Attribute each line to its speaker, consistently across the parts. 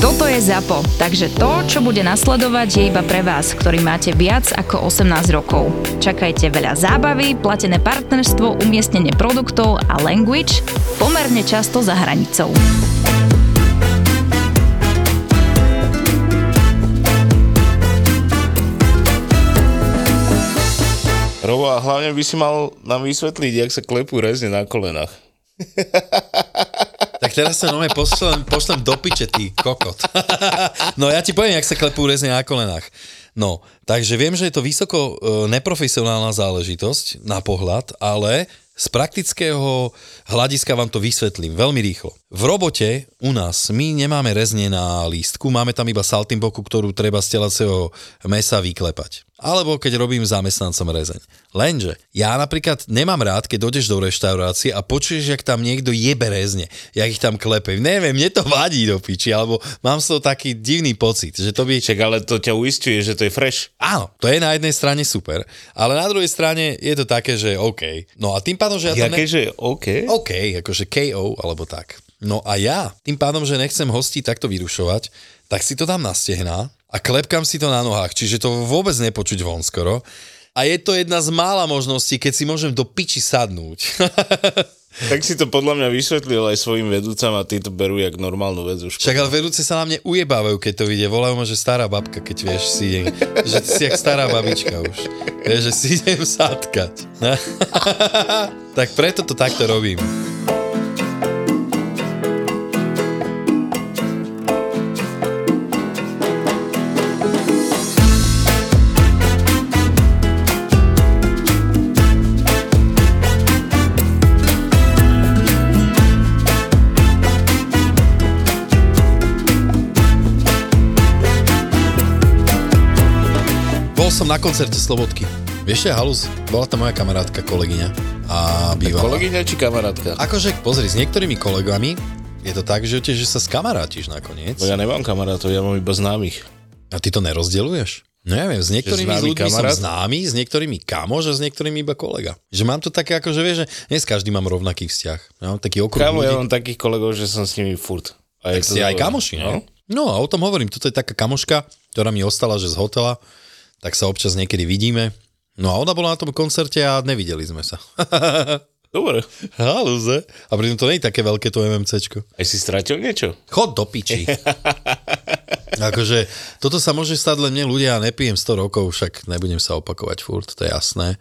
Speaker 1: Toto je ZAPO, takže to, čo bude nasledovať, je iba pre vás, ktorý máte viac ako 18 rokov. Čakajte veľa zábavy, platené partnerstvo, umiestnenie produktov a language pomerne často za hranicou.
Speaker 2: Robo, a hlavne by si mal nám vysvetliť, jak sa klepú rezne na kolenách.
Speaker 3: Tak teraz sa nome pošlem, pošlem do piče, ty kokot. No ja ti poviem, jak sa klepú rezne na kolenách. No, takže viem, že je to vysoko e, neprofesionálna záležitosť na pohľad, ale z praktického hľadiska vám to vysvetlím veľmi rýchlo. V robote u nás my nemáme rezne na lístku, máme tam iba saltimboku, ktorú treba z telacieho mesa vyklepať. Alebo keď robím zamestnancom rezeň. Lenže ja napríklad nemám rád, keď dojdeš do reštaurácie a počuješ, jak tam niekto jebe rezne, jak ich tam klepe. Neviem, mne to vadí do piči, alebo mám z toho taký divný pocit, že to by...
Speaker 2: Čak, ale to ťa uistuje, že to je fresh.
Speaker 3: Áno, to je na jednej strane super, ale na druhej strane je to také, že OK. No a tým pádom, že
Speaker 2: Ja
Speaker 3: ja, tam... Ne...
Speaker 2: keďže, OK.
Speaker 3: OK, akože KO alebo tak. No a ja, tým pádom, že nechcem hostí takto vyrušovať, tak si to dám na stehná a klepkam si to na nohách, čiže to vôbec nepočuť von skoro. A je to jedna z mála možností, keď si môžem do piči sadnúť.
Speaker 2: Tak si to podľa mňa vysvetlil aj svojim vedúcam a tí to berú jak normálnu vec už.
Speaker 3: Však ale vedúce sa na mne ujebávajú, keď to vidia. Volajú ma, že stará babka, keď vieš, si idem, že ty si jak stará babička už. Vieš, že si idem sadkať. tak preto to takto robím. Bol som na koncerte Slobodky. Vieš, čo je halus? Bola tam moja kamarátka, kolegyňa a bývalá.
Speaker 2: Kolegyňa či kamarátka?
Speaker 3: Akože, pozri, s niektorými kolegami je to tak, že, že sa skamarátiš nakoniec.
Speaker 2: No ja nemám kamarátov, ja mám iba známych.
Speaker 3: A ty to nerozdeľuješ? Neviem, s niektorými
Speaker 2: známy
Speaker 3: ľuďmi
Speaker 2: kamarát?
Speaker 3: som známy, s niektorými kamoš a s niektorými iba kolega. Že mám to také, ako že vieš, že nie s každým mám rovnaký vzťah. Ja mám taký okruh
Speaker 2: Kámo, ja
Speaker 3: ľudí.
Speaker 2: mám takých kolegov, že som s nimi furt. A je
Speaker 3: Tak ste aj
Speaker 2: dobré.
Speaker 3: kamoši, no? No a o tom hovorím, toto je taká kamoška, ktorá mi ostala, že z hotela, tak sa občas niekedy vidíme. No a ona bola na tom koncerte a nevideli sme sa.
Speaker 2: Dobre.
Speaker 3: Haluze. A pritom to nie je také veľké to MMCčko.
Speaker 2: Aj si stratil niečo?
Speaker 3: Chod do piči. akože, toto sa môže stať len mne ľudia, ja nepijem 100 rokov, však nebudem sa opakovať furt, to je jasné.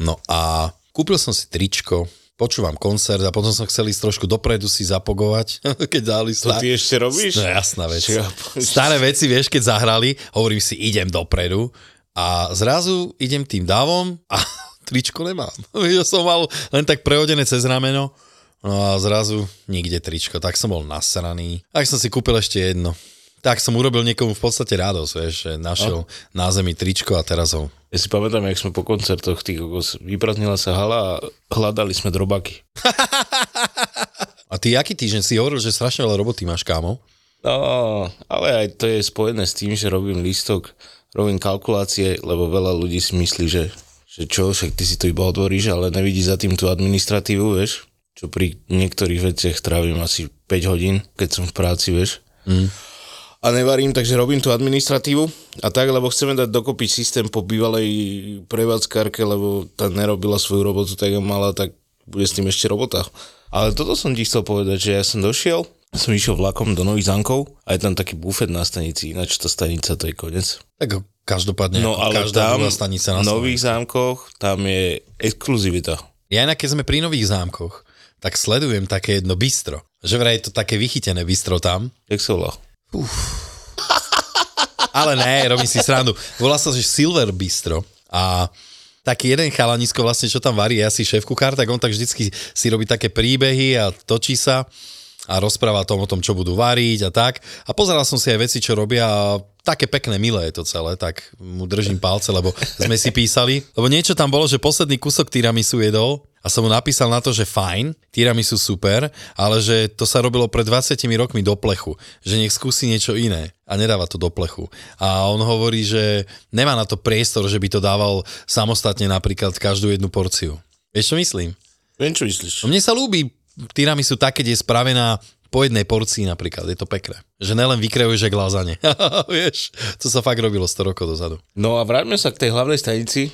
Speaker 3: No a kúpil som si tričko, počúvam koncert a potom som chcel ísť trošku dopredu si zapogovať, keď dali
Speaker 2: To ty ešte robíš?
Speaker 3: No jasná vec.
Speaker 2: Čo ja poviem?
Speaker 3: Staré veci, vieš, keď zahrali, hovorím si, idem dopredu a zrazu idem tým davom a tričko nemám. Vieš, som mal len tak prehodené cez rameno no a zrazu nikde tričko. Tak som bol nasraný. Tak som si kúpil ešte jedno. Tak som urobil niekomu v podstate radosť, vieš, že našiel na zemi tričko a teraz ho...
Speaker 2: Ja si pamätám, jak sme po koncertoch, ty kokos, vyprázdnila sa hala a hľadali sme drobáky.
Speaker 3: A ty, aký týždeň si hovoril, že strašne veľa roboty máš, kámo?
Speaker 2: No, ale aj to je spojené s tým, že robím lístok, robím kalkulácie, lebo veľa ľudí si myslí, že, že čo, však ty si to iba odvoríš, ale nevidí za tým tú administratívu, vieš, čo pri niektorých veciach trávim asi 5 hodín, keď som v práci, vieš. Mm. A nevarím, takže robím tú administratívu a tak, lebo chceme dať dokopy systém po bývalej prevádzkarke, lebo tá nerobila svoju robotu, tak ako mala, tak bude s tým ešte robota. Ale toto som ti chcel povedať, že ja som došiel, som išiel vlakom do Nových Zankov a je tam taký bufet na stanici, ináč tá stanica to je koniec.
Speaker 3: Tak každopádne,
Speaker 2: No
Speaker 3: ako
Speaker 2: ale
Speaker 3: každá
Speaker 2: tam
Speaker 3: druhá stanica na
Speaker 2: v
Speaker 3: Slovensku.
Speaker 2: Nových Zámkoch, tam je exkluzivita.
Speaker 3: Ja inak, keď sme pri nových zámkoch, tak sledujem také jedno bistro. Že vraj je to také vychytené bistro tam.
Speaker 2: Jak sa volá?
Speaker 3: Ale ne, robím si srandu. Volá sa, že Silver Bistro. A taký jeden chalanisko vlastne, čo tam varí, je asi šéf kuchár, tak on tak vždycky si robí také príbehy a točí sa. a rozpráva tom o tom, čo budú variť a tak. A pozeral som si aj veci, čo robia a také pekné, milé je to celé, tak mu držím palce, lebo sme si písali. Lebo niečo tam bolo, že posledný kúsok tiramisu jedol a som mu napísal na to, že fajn, tiramisu super, ale že to sa robilo pred 20 rokmi do plechu, že nech skúsi niečo iné a nedáva to do plechu. A on hovorí, že nemá na to priestor, že by to dával samostatne napríklad každú jednu porciu. Vieš, čo myslím? No
Speaker 2: Viem, čo myslíš.
Speaker 3: Mne sa ľúbi tiramisu tak, keď je spravená po jednej porcii napríklad, je to pekné. Že nelen vykrejuješ jak lazane. Vieš, to sa fakt robilo 100 rokov dozadu.
Speaker 2: No a vráťme sa k tej hlavnej stanici,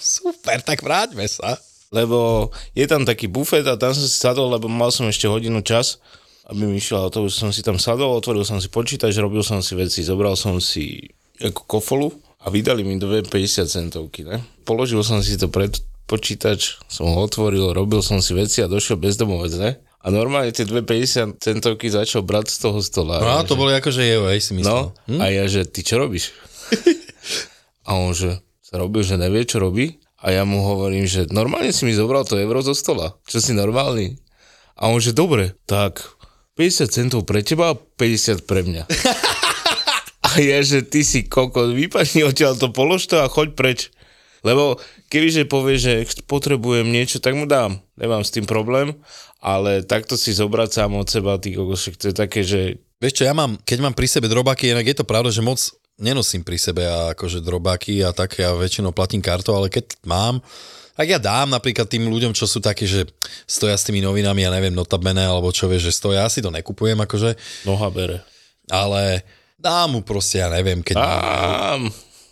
Speaker 3: Super, tak vráťme sa.
Speaker 2: lebo je tam taký bufet a tam som si sadol, lebo mal som ešte hodinu čas, aby mi išiel autobus, som si tam sadol, otvoril som si počítač, robil som si veci, zobral som si ako kofolu a vydali mi dve 50 centovky, ne? Položil som si to pred počítač, som ho otvoril, robil som si veci a došiel bezdomovec, ne? A normálne tie dve 50 centovky začal brať z toho stola.
Speaker 3: No
Speaker 2: Ja,
Speaker 3: a to
Speaker 2: že-
Speaker 3: bolo akože jeho, hej, si
Speaker 2: No,
Speaker 3: myslel.
Speaker 2: hm? a ja, že ty čo robíš? a on, že sa robil, že nevie, čo robí. A ja mu hovorím, že normálne si mi zobral to euro zo stola. Čo si normálny? A on, že dobre, tak 50 centov pre teba a 50 pre mňa. a ja, že ty si kokot, vypadni odtiaľ to, polož to a choď preč. Lebo kebyže povie, že ch- potrebujem niečo, tak mu dám. Nemám s tým problém, ale takto si zobrať sám od seba, ty kokos, však to je také, že
Speaker 3: Vieš čo, ja mám, keď mám pri sebe drobáky, inak je to pravda, že moc nenosím pri sebe a akože drobáky a tak, ja väčšinou platím kartou, ale keď mám, tak ja dám napríklad tým ľuďom, čo sú takí, že stoja s tými novinami, ja neviem, notabene, alebo čo vieš, že stoja, ja si to nekupujem akože,
Speaker 2: noha bere.
Speaker 3: ale dám mu proste, ja neviem, keď...
Speaker 2: Ám,
Speaker 3: mám.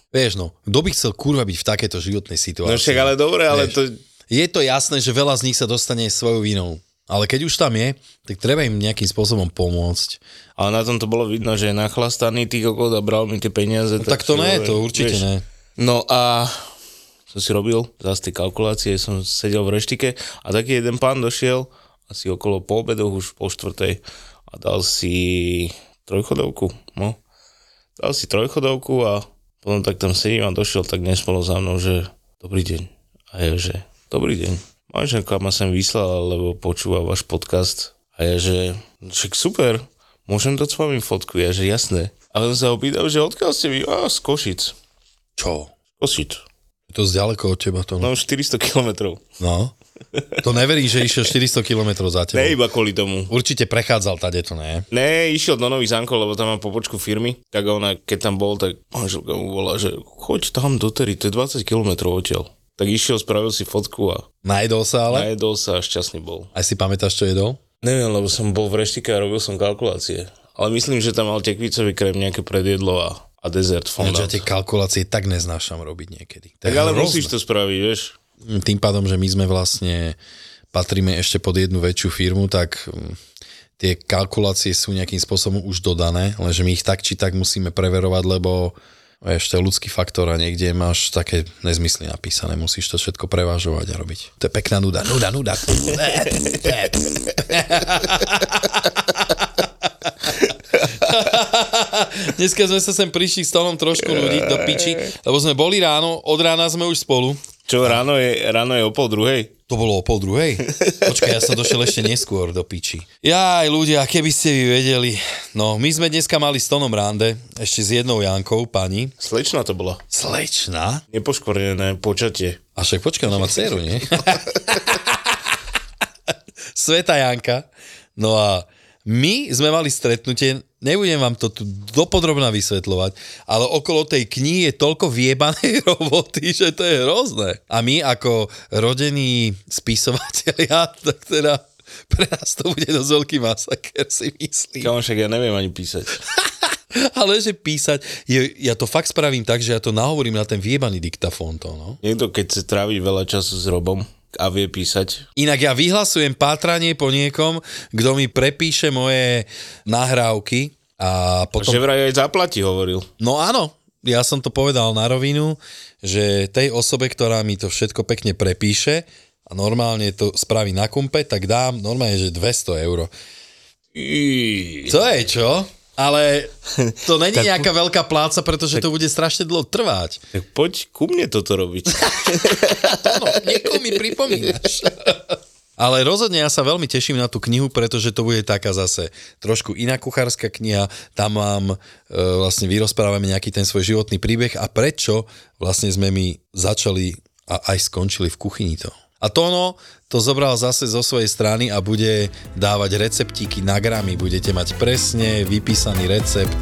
Speaker 3: Vieš no, kto by chcel kurva byť v takejto životnej
Speaker 2: no
Speaker 3: situácii?
Speaker 2: však ale dobre, ale to...
Speaker 3: Je to jasné, že veľa z nich sa dostane svojou vinou. Ale keď už tam je, tak treba im nejakým spôsobom pomôcť.
Speaker 2: Ale na tom to bolo vidno, že je nachlastaný ty kokot a bral mi tie peniaze.
Speaker 3: No, tak to
Speaker 2: čo,
Speaker 3: ne, to určite ne.
Speaker 2: No a som si robil zase tie kalkulácie, som sedel v reštike a taký jeden pán došiel asi okolo po obedoch, už po štvrtej a dal si trojchodovku, no. Dal si trojchodovku a potom tak tam sedím a došiel tak nespolo za mnou, že dobrý deň. A ja, že dobrý deň. Manželka ma sem vyslala, lebo počúva váš podcast. A ja, že však super, môžem dať s vami fotku. Ja, že jasné. A on sa opýtal, že odkiaľ ste vy? A z Košic.
Speaker 3: Čo?
Speaker 2: Košic.
Speaker 3: Je to zďaleko od teba to. No.
Speaker 2: No 400 kilometrov.
Speaker 3: no. To neverím, že išiel 400 km za
Speaker 2: Ne
Speaker 3: tebou.
Speaker 2: iba kvôli tomu.
Speaker 3: Určite prechádzal tady to, ne?
Speaker 2: Ne, išiel do Nových Zámkov, lebo tam má pobočku firmy. Tak ona, keď tam bol, tak manželka mu volá, že choď tam do Tery, to je 20 kilometrov odtiaľ. Tak išiel, spravil si fotku a
Speaker 3: Najedol sa ale?
Speaker 2: najedol sa a šťastný bol.
Speaker 3: Aj si pamätáš, čo jedol?
Speaker 2: Neviem, lebo som bol v reštike a robil som kalkulácie. Ale myslím, že tam mal tekvicový krém, nejaké predjedlo a, a dezert fondant.
Speaker 3: Ja tie kalkulácie tak neznášam robiť niekedy. To je
Speaker 2: tak ale
Speaker 3: hrozné.
Speaker 2: musíš to spraviť, vieš.
Speaker 3: Mm, tým pádom, že my sme vlastne patríme ešte pod jednu väčšiu firmu, tak mm, tie kalkulácie sú nejakým spôsobom už dodané, lenže my ich tak či tak musíme preverovať, lebo ešte ľudský faktor a niekde máš také nezmysly napísané, musíš to všetko prevážovať a robiť. To je pekná nuda, nuda, nuda. Dneska sme sa sem prišli s tom trošku ľudí do piči, lebo sme boli ráno, od rána sme už spolu.
Speaker 2: Čo, ráno je, ráno je o pol druhej?
Speaker 3: To bolo o pol druhej? Počkaj, ja som došiel ešte neskôr do piči. Jaj, ľudia, keby ste vy vedeli. No, my sme dneska mali s Tonom rande, ešte s jednou Jankou, pani.
Speaker 2: Slečna to bola.
Speaker 3: Slečna?
Speaker 2: Nepoškorené počatie.
Speaker 3: A však počkaj, ona má dceru, nie? Sveta Janka. No a my sme mali stretnutie, nebudem vám to tu dopodrobná vysvetľovať, ale okolo tej knihy je toľko viebanej roboty, že to je hrozné. A my ako rodení spisovatelia, tak teda pre nás to bude dosť veľký masaker, si myslím.
Speaker 2: Kámo, však ja neviem ani písať.
Speaker 3: Ale že písať, je, ja to fakt spravím tak, že ja to nahovorím na ten viebaný diktafón to, no.
Speaker 2: Niekto, keď chce tráviť veľa času s Robom a vie písať,
Speaker 3: Inak ja vyhlasujem pátranie po niekom, kto mi prepíše moje nahrávky a potom...
Speaker 2: že vraj aj zaplatí, hovoril.
Speaker 3: No áno, ja som to povedal na rovinu, že tej osobe, ktorá mi to všetko pekne prepíše a normálne to spraví na kumpe, tak dám normálne, že 200 eur.
Speaker 2: I...
Speaker 3: To je čo? Ale to není nejaká veľká pláca, pretože to bude strašne dlho trvať.
Speaker 2: Tak poď ku mne toto robiť.
Speaker 3: Áno, niekoho mi pripomínaš. Ale rozhodne ja sa veľmi teším na tú knihu, pretože to bude taká zase trošku iná kuchárska kniha. Tam mám, e, vlastne vyrozprávame nejaký ten svoj životný príbeh a prečo vlastne sme my začali a aj skončili v kuchyni to. A Tono to zobral zase zo svojej strany a bude dávať receptíky na gramy. Budete mať presne vypísaný recept,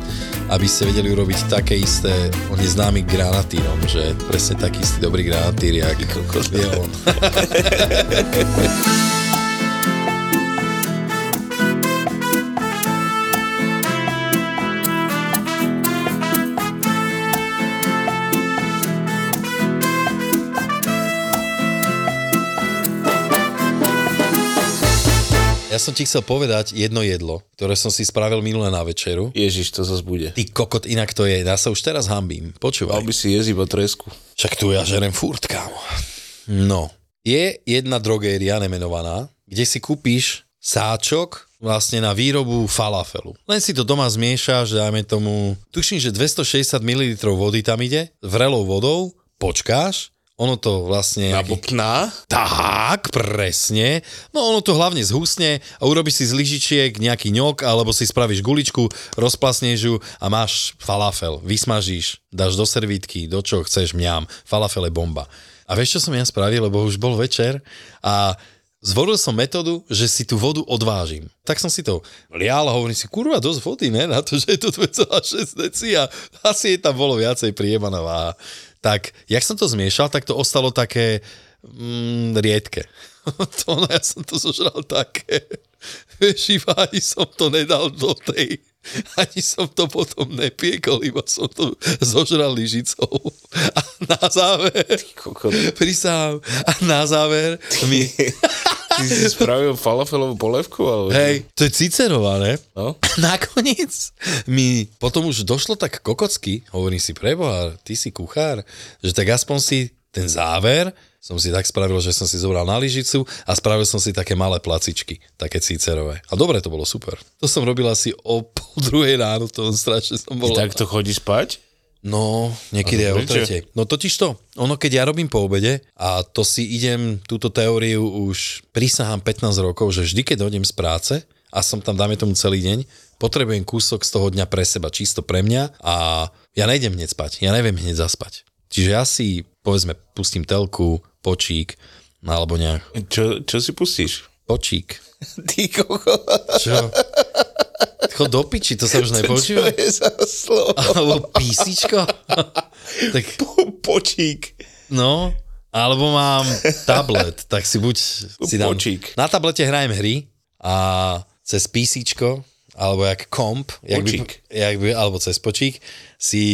Speaker 3: aby ste vedeli urobiť také isté, on je známy granatírom, že presne taký istý dobrý granatír, jak je on. Ja som ti chcel povedať jedno jedlo, ktoré som si spravil minule na večeru.
Speaker 2: Ježiš, to zase bude.
Speaker 3: Ty kokot, inak to je. Ja sa už teraz hambím.
Speaker 2: Mal
Speaker 3: Počúvaj.
Speaker 2: by si jesť iba tresku.
Speaker 3: Však tu ja žerem furt, kámo. No. Je jedna drogéria nemenovaná, kde si kúpiš sáčok vlastne na výrobu falafelu. Len si to doma zmiešaš, dajme tomu, tuším, že 260 ml vody tam ide, vrelou vodou, počkáš, ono to vlastne... nejaký-
Speaker 2: Nabopná?
Speaker 3: tak, presne. No ono to hlavne zhusne a urobíš si z lyžičiek nejaký ňok alebo si spravíš guličku, rozplasneš ju a máš falafel. Vysmažíš, dáš do servítky, do čo chceš, mňam. Falafel je bomba. A vieš, čo som ja spravil, lebo už bol večer a zvolil som metódu, že si tú vodu odvážim. Tak som si to lial a hovorím si, kurva, dosť vody, ne, na to, že je to 2,6 deci a asi je tam bolo viacej priebaná váha. Tak, jak som to zmiešal, tak to ostalo také, mm, riedke. to ono, ja som to zožral také. Vieš, iba ani som to nedal do tej, ani som to potom nepiekol, iba som to zožral lyžicou. A na záver,
Speaker 2: Kokot.
Speaker 3: prisám, a na záver mi,
Speaker 2: Ty si spravil falafelovú polevku? Alebo...
Speaker 3: hej, to je Cicerová, ne?
Speaker 2: No?
Speaker 3: Nakoniec mi potom už došlo tak kokocky, hovorím si, preboha, ty si kuchár, že tak aspoň si ten záver som si tak spravil, že som si zobral na lyžicu a spravil som si také malé placičky, také cicerové. A dobre, to bolo super. To som robil asi o pol druhej ráno, to strašne som bol.
Speaker 2: Tak to chodí spať?
Speaker 3: No, niekedy aj o
Speaker 2: prečo?
Speaker 3: tretej. No totiž to, ono keď ja robím po obede a to si idem, túto teóriu už prisahám 15 rokov, že vždy keď dojdem z práce a som tam, dáme tomu celý deň, potrebujem kúsok z toho dňa pre seba, čisto pre mňa a ja nejdem hneď spať, ja neviem hneď zaspať. Čiže ja si, povedzme, pustím telku, počík, alebo nejak
Speaker 2: Čo, čo si pustíš?
Speaker 3: počík.
Speaker 2: Ty kokot.
Speaker 3: Čo? Chod do piči, to sa už nepočíva.
Speaker 2: je za slovo?
Speaker 3: Alebo písičko. tak
Speaker 2: Počík.
Speaker 3: No, alebo mám tablet, tak si buď si dám...
Speaker 2: Počík.
Speaker 3: Na tablete hrajem hry a cez písičko, alebo jak komp, jak by,
Speaker 2: Počík.
Speaker 3: jak by, alebo cez počík, si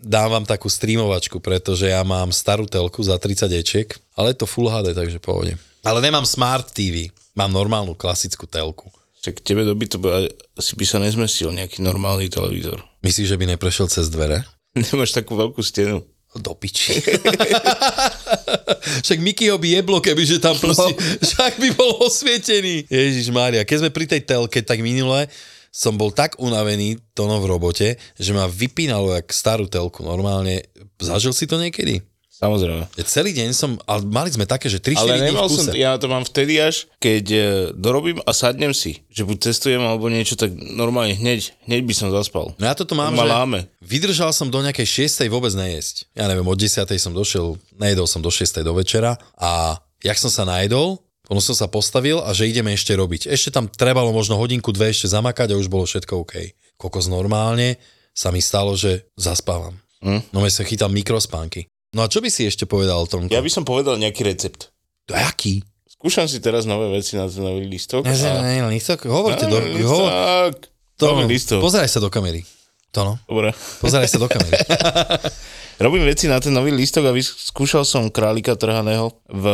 Speaker 3: dávam takú streamovačku, pretože ja mám starú telku za 30 ečiek, ale je to Full HD, takže pohode. Ale nemám Smart TV, mám normálnu klasickú telku.
Speaker 2: Čak tebe doby to by, asi by sa nezmestil nejaký normálny televízor.
Speaker 3: Myslíš, že by neprešiel cez dvere?
Speaker 2: Nemáš takú veľkú stenu.
Speaker 3: Do piči. Však Mikyho by jeblo, keby že tam proste,
Speaker 2: No.
Speaker 3: však by bol osvietený. Ježiš Mária, keď sme pri tej telke, tak minule som bol tak unavený tono v robote, že ma vypínalo jak starú telku normálne. Zažil si to niekedy?
Speaker 2: Samozrejme.
Speaker 3: Že Celý deň som, ale mali sme také, že 3-4
Speaker 2: Ale
Speaker 3: dní v
Speaker 2: nemal
Speaker 3: kuse.
Speaker 2: som, ja to mám vtedy až, keď e, dorobím a sadnem si, že buď cestujem alebo niečo, tak normálne hneď, hneď by som zaspal.
Speaker 3: No ja toto mám,
Speaker 2: Ma
Speaker 3: že
Speaker 2: láme.
Speaker 3: vydržal som do nejakej 6. vôbec nejesť. Ja neviem, od 10. som došiel, nejedol som do 6. do večera a jak som sa najedol, ono som sa postavil a že ideme ešte robiť. Ešte tam trebalo možno hodinku, dve ešte zamakať a už bolo všetko OK. Kokos normálne sa mi stalo, že zaspávam.
Speaker 2: Hm.
Speaker 3: No ja som chytal mikrospánky. No a čo by si ešte povedal o tom?
Speaker 2: Ja by som povedal nejaký recept.
Speaker 3: To aký?
Speaker 2: Skúšam si teraz nové veci na ten nový listok.
Speaker 3: Ne,
Speaker 2: a- no
Speaker 3: ne, ne, listok, hovorte do...
Speaker 2: Nový
Speaker 3: Hovor,
Speaker 2: listok.
Speaker 3: to,
Speaker 2: Nový listok.
Speaker 3: pozeraj sa do kamery. To no,
Speaker 2: Dobre.
Speaker 3: pozeraj sa do kamery.
Speaker 2: Robím veci na ten nový listok a vyskúšal som králika trhaného v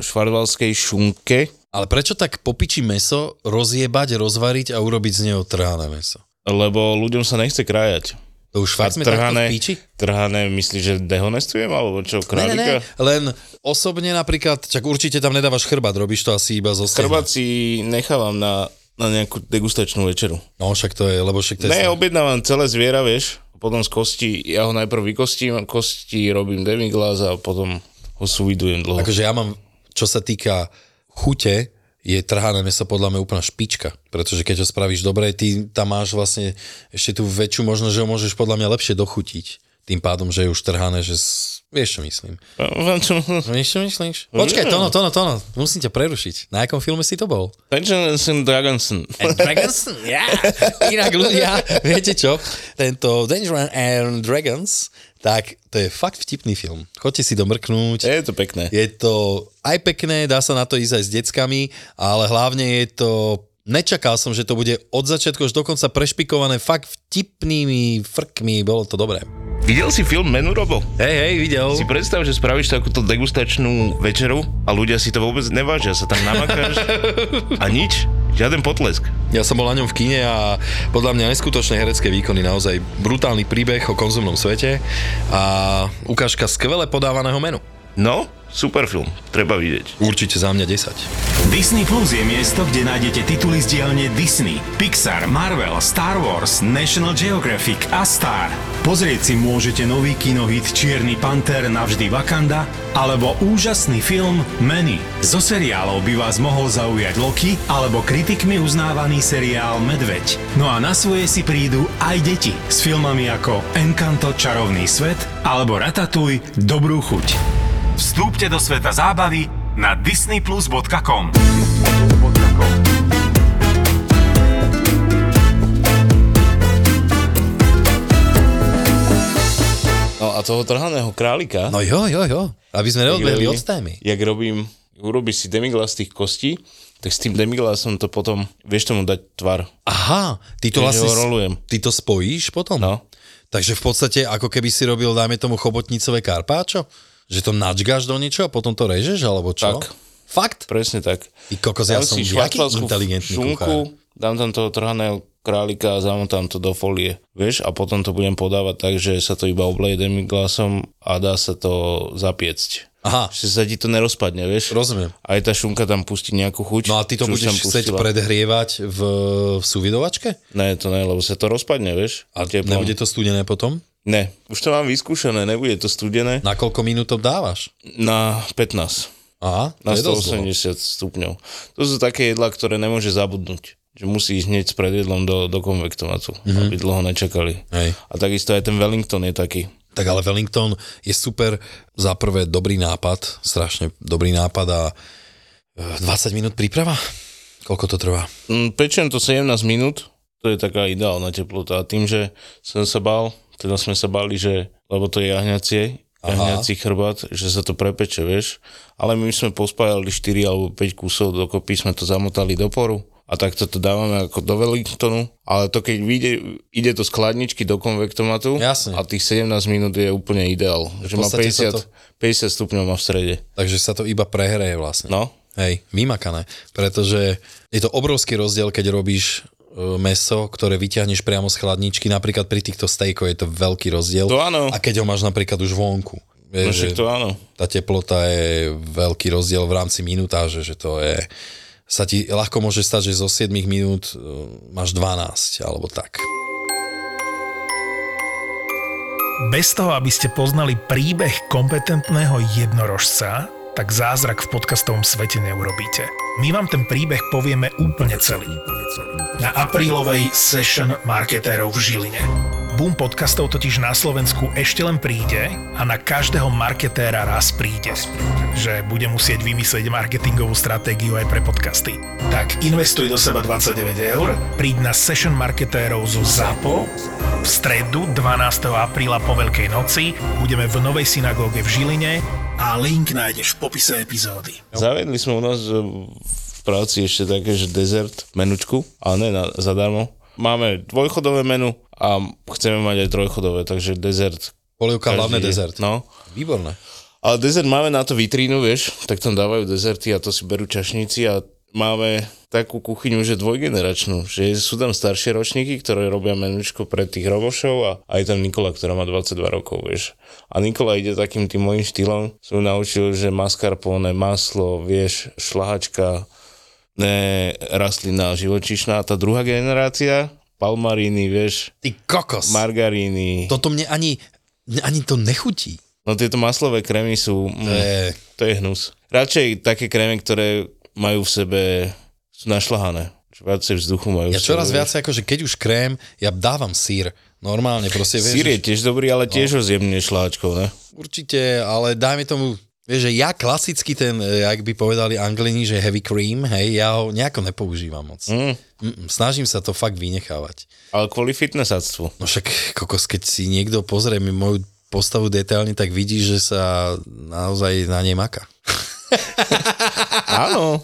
Speaker 2: švardvalskej šunke,
Speaker 3: Ale prečo tak popiči meso rozjebať, rozvariť a urobiť z neho trhané meso?
Speaker 2: lebo ľuďom sa nechce krájať.
Speaker 3: To už fakt sme takto v
Speaker 2: trhané,
Speaker 3: piči?
Speaker 2: trhané myslíš, že dehonestujem alebo čo,
Speaker 3: Ne, ne, ne,
Speaker 2: králika?
Speaker 3: len osobne napríklad, čak určite tam nedávaš chrbát, robíš to asi iba zo stehna.
Speaker 2: Chrbát si nechávam na, na nejakú degustačnú večeru.
Speaker 3: No však to je, lebo však to je...
Speaker 2: Ne,
Speaker 3: stehna.
Speaker 2: objednávam celé zviera, vieš, potom z kosti, ja ho najprv vykostím, kosti robím demiglas a potom ho suvidujem dlho.
Speaker 3: Akože ja mám, čo sa týka chute, je trhané meso podľa mňa úplná špička, pretože keď ho spravíš dobre, ty tam máš vlastne ešte tú väčšiu možnosť, že ho môžeš podľa mňa lepšie dochutiť, tým pádom, že je už trhané, že s... vieš, čo myslím. Vieš, čo myslíš? Počkaj, Tono, Tono, Tono, musím ťa prerušiť. Na akom filme si to bol?
Speaker 2: Dungeons and Dragonson.
Speaker 3: And Dragons? Yeah. Inak ľudia, viete čo? Tento Danger and Dragons, tak to je fakt vtipný film. Choďte si domrknúť.
Speaker 2: Je to pekné.
Speaker 3: Je to aj pekné, dá sa na to ísť aj s deckami, ale hlavne je to Nečakal som, že to bude od začiatku až dokonca prešpikované fakt vtipnými frkmi, bolo to dobré.
Speaker 2: Videl si film Menu Robo?
Speaker 3: Hej, hej, videl.
Speaker 2: Si predstav, že spravíš takúto degustačnú večeru a ľudia si to vôbec nevážia, sa tam namakáš a nič, žiaden potlesk.
Speaker 3: Ja som bol na ňom v kine a podľa mňa neskutočné herecké výkony, naozaj brutálny príbeh o konzumnom svete a ukážka skvele podávaného menu.
Speaker 2: No, super film, treba vidieť.
Speaker 3: Určite za mňa 10.
Speaker 4: Disney Plus je miesto, kde nájdete tituly z dielne Disney, Pixar, Marvel, Star Wars, National Geographic a Star. Pozrieť si môžete nový kinohit Čierny panter navždy Wakanda alebo úžasný film Many. Zo seriálov by vás mohol zaujať Loki alebo kritikmi uznávaný seriál Medveď. No a na svoje si prídu aj deti s filmami ako Encanto Čarovný svet alebo Ratatuj Dobrú chuť. Vstúpte do sveta zábavy na disneyplus.com.
Speaker 2: No a toho trhaného králika,
Speaker 3: No jo, jo, jo, aby sme neodbehli od témy.
Speaker 2: jak robím, urobíš si demiglas z tých kostí, tak s tým demiglasom to potom, vieš tomu dať tvar.
Speaker 3: Aha, ty to
Speaker 2: Ja
Speaker 3: vlastne,
Speaker 2: ho rolujem.
Speaker 3: ty to spojíš potom?
Speaker 2: No.
Speaker 3: Takže v podstate ako keby si robil, dajme tomu, chobotnicové karpáčo? Že to načgáš do niečo a potom to režeš, alebo čo?
Speaker 2: Tak.
Speaker 3: Fakt?
Speaker 2: Presne tak.
Speaker 3: Ty kokos, ja
Speaker 2: Dám
Speaker 3: som
Speaker 2: si
Speaker 3: jaký
Speaker 2: švachtalskú
Speaker 3: inteligentný
Speaker 2: šunku,
Speaker 3: kuchár.
Speaker 2: dám tam toho trhaného králika a zamotám to do folie, vieš, a potom to budem podávať tak, že sa to iba obleje demiglasom a dá sa to zapiecť.
Speaker 3: Aha,
Speaker 2: Že sa ti to nerozpadne, vieš?
Speaker 3: Rozumiem.
Speaker 2: Aj tá šunka tam pustí nejakú chuť.
Speaker 3: No a ty to
Speaker 2: čo už tam
Speaker 3: budeš chcieť
Speaker 2: pustila.
Speaker 3: predhrievať v, v súvidovačke?
Speaker 2: Ne, to ne, lebo sa to rozpadne, vieš?
Speaker 3: A
Speaker 2: Teplom.
Speaker 3: nebude to studené potom?
Speaker 2: Ne, už to mám vyskúšané, nebude to studené
Speaker 3: Na koľko minút to dávaš?
Speaker 2: na 15,
Speaker 3: Aha, to
Speaker 2: na
Speaker 3: je dosť dlho.
Speaker 2: 180 stupňov. To sú také jedlá, ktoré nemôže zabudnúť. Že musí ísť hneď s predjedlom do, do konvektomacu, mm-hmm. aby dlho nečakali.
Speaker 3: Mhm. Hej.
Speaker 2: A takisto aj ten Wellington je taký.
Speaker 3: Tak ale Wellington je super, za prvé dobrý nápad, strašne dobrý nápad a e, 20 minút príprava? Koľko to trvá?
Speaker 2: Mm, Pečiem to 17 minút, to je taká ideálna teplota. A tým, že som sa bál, teda sme sa báli, že, lebo to je jahňacie, jahňací chrbát, že sa to prepeče, vieš. Ale my sme pospájali 4 alebo 5 kusov dokopy, sme to zamotali do poru a takto to dávame ako do Wellingtonu, ale to keď ide, ide to z chladničky do konvektomatu
Speaker 3: Jasne.
Speaker 2: a tých 17 minút je úplne ideál, že má
Speaker 3: podstate
Speaker 2: 50,
Speaker 3: sa to-
Speaker 2: 50 stupňov má v strede.
Speaker 3: Takže sa to iba prehreje vlastne.
Speaker 2: No,
Speaker 3: Hej, vymakané. Pretože je to obrovský rozdiel, keď robíš e, meso, ktoré vyťahneš priamo z chladničky. Napríklad pri týchto stejkoch je to veľký rozdiel.
Speaker 2: To áno.
Speaker 3: A keď ho máš napríklad už vonku. Vieš,
Speaker 2: no
Speaker 3: že
Speaker 2: však to áno.
Speaker 3: Tá teplota je veľký rozdiel v rámci minutáže, že to je... Sa ti ľahko môže stať, že zo 7 minút e, máš 12 alebo tak.
Speaker 5: Bez toho, aby ste poznali príbeh kompetentného jednorožca, tak zázrak v podcastovom svete neurobíte. My vám ten príbeh povieme úplne celý. Na aprílovej session marketérov v Žiline. Boom podcastov totiž na Slovensku ešte len príde a na každého marketéra raz príde, že bude musieť vymyslieť marketingovú stratégiu aj pre podcasty. Tak investuj do seba 29 eur, príď na session marketérov zo ZAPO v stredu 12. apríla po Veľkej noci budeme v Novej synagóge v Žiline a link nájdeš v popise epizódy.
Speaker 2: Zavedli sme u nás e, v práci ešte také, že dezert, menučku, ale ne na, zadarmo. Máme dvojchodové menu a chceme mať aj trojchodové, takže dezert.
Speaker 3: Polievka,
Speaker 2: každý
Speaker 3: hlavne
Speaker 2: je.
Speaker 3: dezert.
Speaker 2: No.
Speaker 3: Výborné.
Speaker 2: Ale dezert máme na to vitrínu, vieš, tak tam dávajú dezerty a to si berú čašníci a máme takú kuchyňu, že dvojgeneračnú, že sú tam staršie ročníky, ktoré robia menučko pre tých robošov a aj tam Nikola, ktorá má 22 rokov, vieš. A Nikola ide takým tým mojim štýlom, som ju naučil, že mascarpone, maslo, vieš, šlahačka, ne, rastlina živočíšna, A tá druhá generácia, palmaríny, vieš,
Speaker 3: Ty kokos.
Speaker 2: margaríny.
Speaker 3: Toto mne ani, ani to nechutí.
Speaker 2: No tieto maslové krémy sú...
Speaker 3: To je...
Speaker 2: To je hnus. Radšej také krémy, ktoré majú v sebe, sú našľahané. Čo viacej vzduchu majú.
Speaker 3: Ja
Speaker 2: v
Speaker 3: čoraz
Speaker 2: sebe,
Speaker 3: viac ako, že keď už krém, ja dávam sír. Normálne, proste, vieš,
Speaker 2: Sír je
Speaker 3: že- No.
Speaker 2: tiež dobrý, ale tiež ho zjemne šláčkov, ne?
Speaker 3: určite, ale dajme tomu, vieš, že ja klasicky ten, eh, jak by povedali anglini, že heavy cream, hej, ja ho nejako nepoužívam moc. Mm. Mm, snažím sa to fakt vynechávať.
Speaker 2: Ale kvôli fitnessactvu.
Speaker 3: No však, kokos, keď si niekto pozrie mi moju postavu detailne, tak vidí, že sa naozaj na nej maka.
Speaker 2: Áno.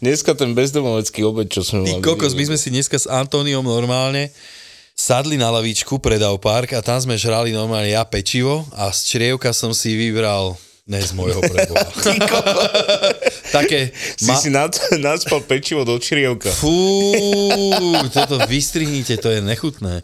Speaker 2: Dneska ten bezdomovecký obed, čo sme mali.
Speaker 3: Ty
Speaker 2: eh,
Speaker 3: kokos, my sme si dneska s Antoniom normálne sadli na lavičku pred park a tam sme žrali normálne ja pečivo a z črievka som si vybral ne z môjho preboha. Také
Speaker 2: Si si nad, nadspal pečivo do črievka.
Speaker 3: Fú, toto vystrihnite, to je nechutné.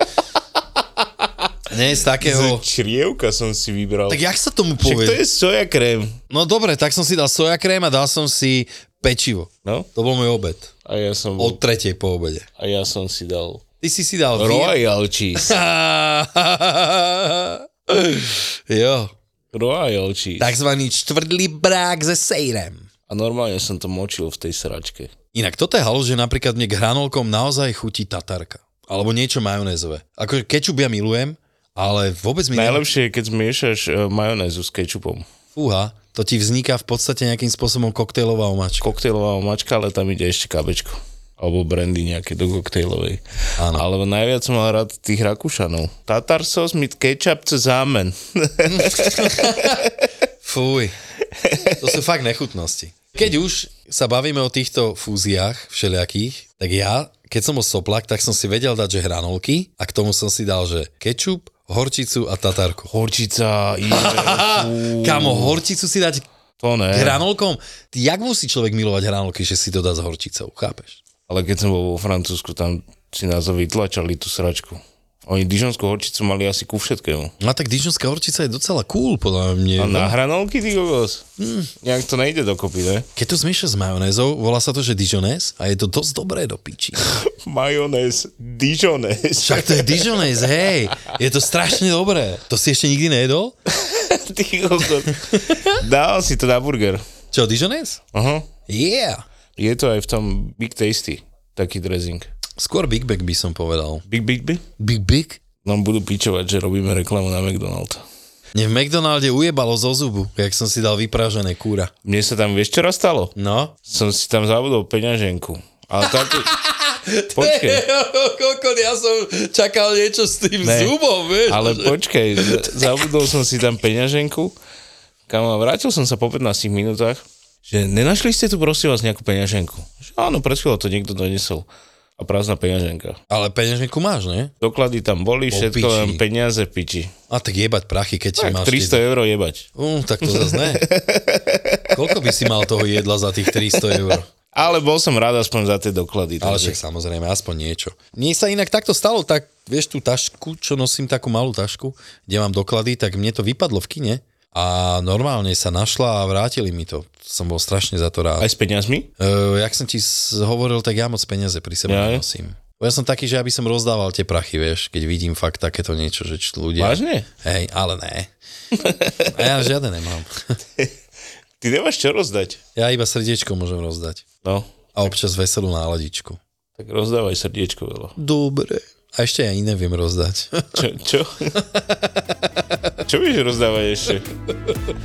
Speaker 3: Nie z takého...
Speaker 2: Z črievka som si vybral.
Speaker 3: Tak jak sa tomu
Speaker 2: Však to
Speaker 3: povie?
Speaker 2: je soja krém.
Speaker 3: No dobre, tak som si dal soja krém a dal som si pečivo.
Speaker 2: No,
Speaker 3: To bol môj obed.
Speaker 2: a ja som,
Speaker 3: Od tretej po obede.
Speaker 2: a ja som si dal
Speaker 3: Ty si si dal vír.
Speaker 2: Royal cheese.
Speaker 3: jo.
Speaker 2: Royal cheese.
Speaker 3: Takzvaný čtvrdlý brák se sejrem.
Speaker 2: A normálne som to močil v tej sračke.
Speaker 3: Inak toto je halu, že napríklad mne k hranolkom naozaj chutí tatarka. Alebo niečo majonézové. Akože kečup ja milujem, ale vôbec mi... ne-
Speaker 2: Najlepšie je, keď zmiešaš e, majonézu s kečupom.
Speaker 3: Fúha, to ti vzniká v podstate nejakým spôsobom koktejlová omáčka.
Speaker 2: Koktejlová mačka, ale tam ide ešte kabečko. Alebo brandy nejaké do koktejlovej.
Speaker 3: Áno.
Speaker 2: Ale najviac som mal rád tých Rakúšanov. Tatar sos mit ketchup cez zámen.
Speaker 3: Fúj, to sú fakt nechutnosti. Keď už sa bavíme o týchto fúziách všelijakých, tak ja, keď som bol soplak, tak som si vedel dať, že hranolky a k tomu som si dal, že kečup, horčicu a tatarku.
Speaker 2: Horčica, je, fú, Eh.
Speaker 3: Kamo, horčicu si dať
Speaker 2: to ne.
Speaker 3: k hranolkom? Ty, jak musí človek milovať hranolky, že si to dá s horčicou, chápeš?
Speaker 2: Ale keď som bol vo Francúzsku, tam si nás vytlačali tú sračku. Oni dižonskú horčicu mali asi ku všetkému.
Speaker 3: No a tak dižonská horčica je docela cool, podľa mňa.
Speaker 2: A na hranolky, ty kokos? Nejak to nejde dokopy, ne?
Speaker 3: Keď to zmiešaš s majonézou, volá sa to, že dižonés a je to dosť dobré do piči.
Speaker 2: Majonés, dižonés.
Speaker 3: Však to je Dijonese, hej. Je to strašne dobré. To si ešte nikdy nejedol?
Speaker 2: Ty kokos. Dal si to na burger.
Speaker 3: Čo, Dijonese?
Speaker 2: Aha.
Speaker 3: Yeah.
Speaker 2: Je to aj v tom Big Tasty, taký dressing.
Speaker 3: Skôr Big Bag by som povedal.
Speaker 2: Big Big Big?
Speaker 3: Big Big?
Speaker 2: Nám budú pičovať, že robíme reklamu na McDonald's.
Speaker 3: Mne v McDonalde ujebalo zo zubu, jak som si dal vypražené kúra.
Speaker 2: Mne sa tam, vieš čo raz stalo?
Speaker 3: No.
Speaker 2: Som si tam zabudol peňaženku. Ale táto... Počkej,
Speaker 3: Koľko ja som čakal niečo s tým
Speaker 2: Ne.
Speaker 3: vieš.
Speaker 2: ale počkej, z- zabudol som si tam peňaženku. Kam vrátil som sa po 15 minútach, že nenašli ste tu prosím vás nejakú peňaženku. Že áno, pred chvíľou to niekto donesol. A prázdna peňaženka.
Speaker 3: Ale peňaženku máš, ne?
Speaker 2: Doklady tam boli,
Speaker 3: Po
Speaker 2: všetko,
Speaker 3: piči.
Speaker 2: len peniaze piči.
Speaker 3: A tak jebať prachy, keď si
Speaker 2: Tak,
Speaker 3: máš...
Speaker 2: 300 eur jebať.
Speaker 3: Uh, tak to zase ne. Koľko by si mal toho jedla za tých 300 eur?
Speaker 2: Ale bol som rád aspoň za tie doklady.
Speaker 3: Ale
Speaker 2: takže-
Speaker 3: však samozrejme, aspoň niečo. Mne sa inak takto stalo, tak vieš tú tašku, čo nosím, takú malú tašku, kde mám doklady, tak mne to vypadlo v kine a normálne sa našla a vrátili mi to. Som bol strašne za to rád.
Speaker 2: Aj s peniazmi?
Speaker 3: Uh, jak som ti s- hovoril, tak ja moc peniaze pri sebe
Speaker 2: Jaj.
Speaker 3: nenosím. Ja som taký, že aby som rozdával tie prachy, vieš, keď vidím fakt takéto niečo, že č- ľudia...
Speaker 2: Vážne?
Speaker 3: Hej, ale ne. A ja žiadne nemám.
Speaker 2: Ty nemáš čo rozdať.
Speaker 3: Ja iba srdiečko môžem rozdať.
Speaker 2: No,
Speaker 3: A občas veselú náladičku.
Speaker 2: tak rozdávaj srdiečko veľa.
Speaker 3: Dobre. A ešte aj iné viem rozdať.
Speaker 2: Čo? Čo, čo vieš rozdávať ešte?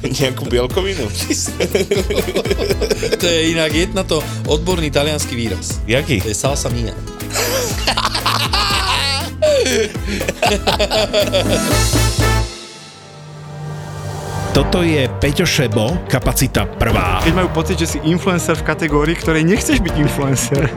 Speaker 2: Nejakú bielkovinu?
Speaker 3: To je inak jedna to odborný talianský výraz.
Speaker 2: Jaký?
Speaker 3: To je salsa mia.
Speaker 5: Toto je Peťo Šebo, kapacita prvá.
Speaker 6: Keď majú pocit, že si influencer v kategórii, ktorej nechceš byť influencer.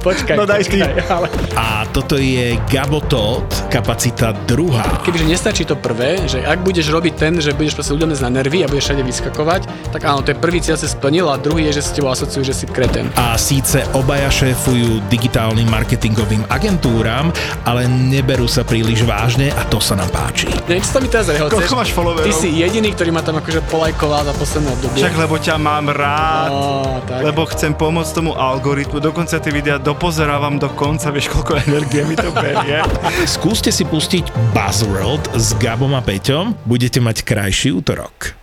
Speaker 7: Počkaj,
Speaker 6: No daj ty.
Speaker 7: počkaj, ale
Speaker 5: A toto je Gabo Todd, kapacita druhá.
Speaker 7: kebyže nestačí to prvé, že ak budeš robiť ten, že budeš proste ľuďom ísť na nervy a budeš všade vyskakovať, tak áno, to je prvý cieľ si splnil a druhý je, že si tebou asociujú, že si kreten.
Speaker 5: A síce obaja šéfujú digitálnym marketingovým agentúram, ale neberú sa príliš vážne a to sa nám páči.
Speaker 7: Nech sa mi teraz
Speaker 6: Koľko
Speaker 7: rehoceš.
Speaker 6: máš followerov?
Speaker 7: Ty si jediný, ktorý ma tam akože polajkoval za posledné obdobie.
Speaker 6: Však lebo ťa mám rád.
Speaker 7: Á, tak.
Speaker 6: Lebo chcem pomôcť tomu algoritmu, dokonca tie videá dopozerávam do konca, vieš koľko energie mi to berie.
Speaker 5: Skúste si pustiť Buzzworld s Gabom a Peťom, budete mať krajší útorok.